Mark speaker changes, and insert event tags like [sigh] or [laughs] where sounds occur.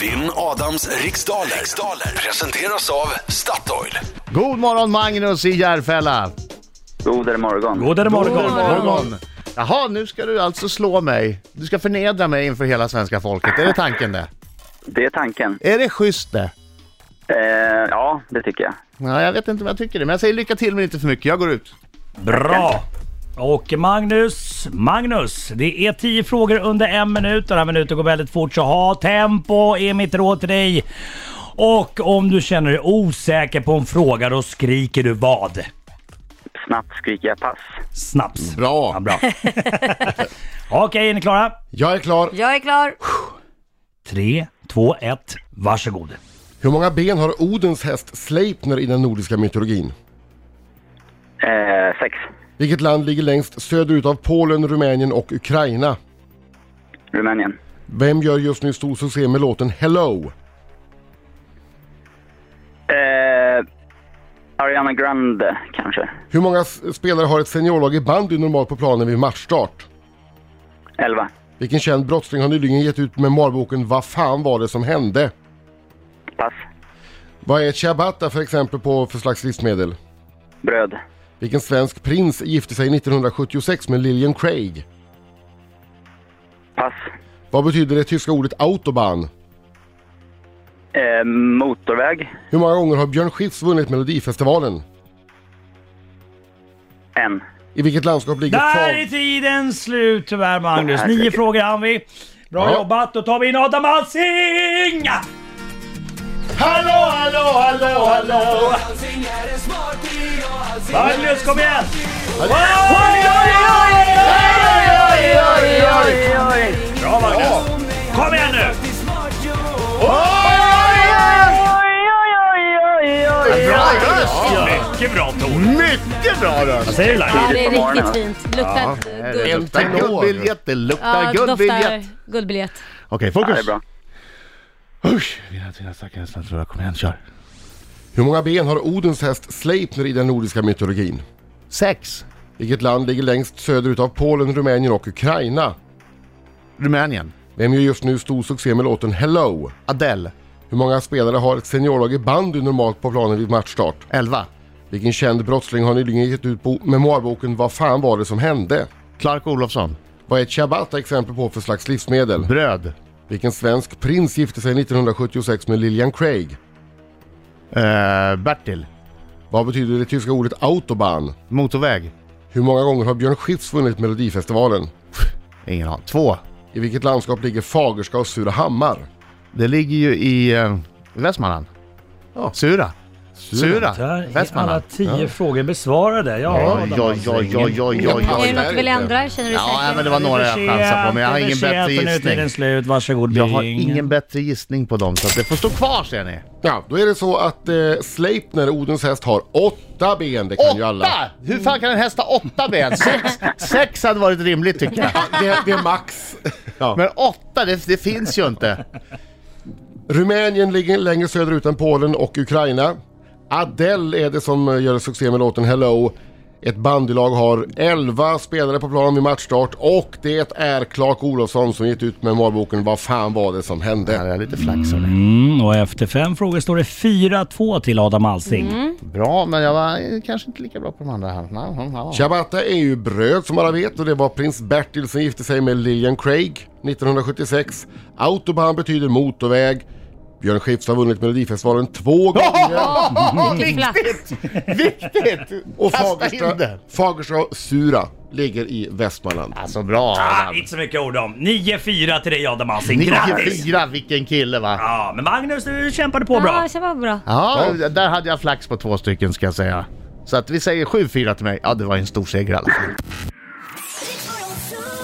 Speaker 1: Vinn Adams riksdaler. riksdaler. Presenteras av Statoil.
Speaker 2: God morgon Magnus i Järfälla!
Speaker 3: God morgon.
Speaker 4: Godare morgon.
Speaker 2: God morgon! Jaha, nu ska du alltså slå mig. Du ska förnedra mig inför hela svenska folket. Är det tanken det?
Speaker 3: Det är tanken.
Speaker 2: Är det schysst det?
Speaker 3: Eh, ja, det tycker jag.
Speaker 2: Ja, jag vet inte vad jag tycker det, men jag säger lycka till men inte för mycket. Jag går ut.
Speaker 4: Bra! Och Magnus, Magnus, det är 10 frågor under en minut. Den här minuten går väldigt fort, så ha tempo är mitt råd till dig. Och om du känner dig osäker på en fråga, då skriker du vad?
Speaker 3: Snabbt skriker jag pass.
Speaker 4: Snaps.
Speaker 2: Bra.
Speaker 4: Ja, Mm, bra. [laughs] Okej, är ni klara?
Speaker 5: Jag är klar.
Speaker 6: Jag är klar.
Speaker 4: 3, 2, 1, varsågod.
Speaker 5: Hur många ben har Odens häst Sleipner i den nordiska mytologin?
Speaker 3: Eh, sex.
Speaker 5: Vilket land ligger längst söderut av Polen, Rumänien och Ukraina?
Speaker 3: Rumänien.
Speaker 5: Vem gör just nu stor succé med låten Hello?
Speaker 3: Eh, Ariana Grande, kanske.
Speaker 5: Hur många s- spelare har ett seniorlag i bandy normalt på planen vid matchstart?
Speaker 3: Elva.
Speaker 5: Vilken känd brottsling har nyligen gett ut memoarboken Vad fan var det som hände?
Speaker 3: Pass.
Speaker 5: Vad är ciabatta för exempel på för slags livsmedel?
Speaker 3: Bröd.
Speaker 5: Vilken svensk prins gifte sig 1976 med Lillian Craig?
Speaker 3: Pass.
Speaker 5: Vad betyder det tyska ordet autobahn?
Speaker 3: Eh, motorväg.
Speaker 5: Hur många gånger har Björn Skifs vunnit Melodifestivalen?
Speaker 3: En.
Speaker 5: I vilket landskap ligger
Speaker 4: Där är
Speaker 5: Fal-
Speaker 4: tiden slut tyvärr Magnus.
Speaker 3: Åh,
Speaker 4: Nio
Speaker 3: herregud.
Speaker 4: frågor hann vi. Bra
Speaker 5: Ja.
Speaker 4: jobbat, då tar vi in Adam Alsing!
Speaker 2: Hallå, hallå, hallå, hallå!
Speaker 4: Magnus kom igen! Bra Magnus! Kom igen nu!
Speaker 2: Bra röst ju!
Speaker 4: Mycket bra ton.
Speaker 2: Mycket bra röst!
Speaker 4: Vad säger du Laila?
Speaker 6: Ja, det är
Speaker 3: på morgonen, va?
Speaker 6: riktigt fint. Luktar
Speaker 2: Det
Speaker 6: guld.
Speaker 2: luktar guldbiljett, det
Speaker 6: Ja,
Speaker 2: luktar
Speaker 6: det
Speaker 2: guldbiljett!
Speaker 6: doftar guldbiljett.
Speaker 2: Okej,
Speaker 3: Ja, det är
Speaker 2: fokus!
Speaker 3: bra.
Speaker 2: Usch! Mina, mina stackars statsråd, kom igen, kör!
Speaker 5: Hur många ben har Odens häst Sleipner i den nordiska mytologin?
Speaker 2: Sex.
Speaker 5: Vilket land ligger längst söderut av Polen, Rumänien och Ukraina?
Speaker 2: Rumänien.
Speaker 5: Vem gör just nu stor succé med låten Hello?
Speaker 2: Adele.
Speaker 5: Hur många spelare har ett seniorlag i bandy normalt på planen vid matchstart?
Speaker 2: 11.
Speaker 5: Vilken känd brottsling har nyligen gett ut bo- memoarboken Vad fan var det som hände?
Speaker 2: Clark Olofsson.
Speaker 5: Vad är ciabatta exempel på för slags livsmedel?
Speaker 2: Bröd.
Speaker 5: Vilken svensk prins gifte sig 1976 med Lillian Craig?
Speaker 2: Eh, Bertil.
Speaker 5: Vad betyder det tyska ordet autobahn?
Speaker 2: Motorväg.
Speaker 5: Hur många gånger har Björn Skifs vunnit Melodifestivalen?
Speaker 2: Ingen aning. Två.
Speaker 5: I vilket landskap ligger Fagerska och Surahammar?
Speaker 2: Det ligger ju i eh, Västmanland.
Speaker 5: Ja.
Speaker 2: Sura. Sura.
Speaker 4: Där är alla
Speaker 2: Västmanland.
Speaker 4: tio frågor besvarade. Ja,
Speaker 2: Oj,
Speaker 4: Adam
Speaker 2: oj, oj, oj, oj, oj,
Speaker 6: Är det
Speaker 2: oj.
Speaker 5: Oj.
Speaker 6: något du vill ändra? Känner du dig
Speaker 2: Ja,
Speaker 6: säker?
Speaker 2: men det var några jag chansade på, men jag har ingen bättre
Speaker 4: tiden
Speaker 2: gissning.
Speaker 4: slut. Varsågod
Speaker 2: Jag har
Speaker 4: Bing.
Speaker 2: ingen bättre gissning på dem, så att det får stå kvar ser ni.
Speaker 5: Ja, då är det så att eh, Sleipner, Odens häst, har åtta ben. Det kan ju alla.
Speaker 2: Åtta! Hur fan kan en häst ha åtta ben? Sex, sex hade varit rimligt tycker jag.
Speaker 5: Det, det är max. [laughs] Ja.
Speaker 2: Men åtta, det, det finns ju inte.
Speaker 5: Rumänien ligger längre söderut än Polen och Ukraina. Adele är det som eh, gör succé med låten Hello. Ett bandylag har 11 spelare på plan vid matchstart och det är Clark Olofsson som gett ut memoarboken Vad fan var det som
Speaker 2: Ja,
Speaker 5: hände?
Speaker 2: det är lite flax hörni.
Speaker 4: Mm, och efter fem frågor står det 4-2 till Adam Alsing.
Speaker 2: Mm. Bra, men jag var eh, kanske inte lika bra på de andra här. Nej, nej, nej.
Speaker 5: Ciabatta är ju bröd som alla vet och det var prins Bertil som gifte sig med Lillian Craig 1976. Autobahn betyder motorväg. Björn Skifs har vunnit Melodifestivalen två
Speaker 2: [laughs]
Speaker 5: gånger.
Speaker 6: Ja, Riktigt flatt.
Speaker 2: Viktigt!
Speaker 5: Och
Speaker 2: Kasta in
Speaker 5: Fagersta,
Speaker 2: den!
Speaker 5: Fagersta och Sura ligger i Västmanland.
Speaker 2: Alltså bra
Speaker 4: Ah,
Speaker 2: Adam.
Speaker 4: inte så mycket ord om. 9-4 till dig Adam Alsing. Grattis!
Speaker 2: 9-4, vilken kille va?
Speaker 4: Ja, men Magnus du kämpade på bra.
Speaker 6: Ja, det var bra.
Speaker 2: Ja, där hade jag flax på två stycken ska jag säga. Så att vi säger 7-4 till mig. Ja, det var ju en stor seger i alla fall.
Speaker 7: Rick Oil Show.